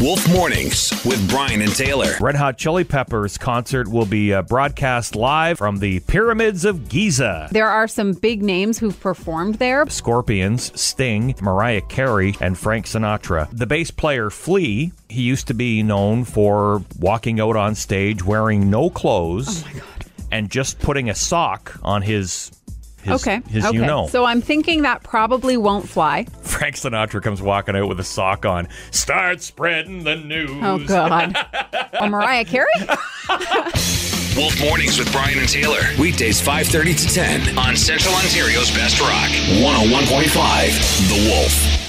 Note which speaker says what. Speaker 1: Wolf Mornings with Brian and Taylor.
Speaker 2: Red Hot Chili Peppers concert will be uh, broadcast live from the Pyramids of Giza.
Speaker 3: There are some big names who've performed there.
Speaker 2: Scorpions, Sting, Mariah Carey, and Frank Sinatra. The bass player Flea, he used to be known for walking out on stage wearing no
Speaker 3: Oh
Speaker 2: clothes and just putting a sock on his his,
Speaker 3: okay.
Speaker 2: his
Speaker 3: okay.
Speaker 2: you know.
Speaker 3: So I'm thinking that probably won't fly.
Speaker 2: Frank Sinatra comes walking out with a sock on. Start spreading the news.
Speaker 3: Oh God. oh, Mariah Carey.
Speaker 1: Wolf Mornings with Brian and Taylor. Weekdays 5:30 to 10 on Central Ontario's Best Rock 101.5 The Wolf.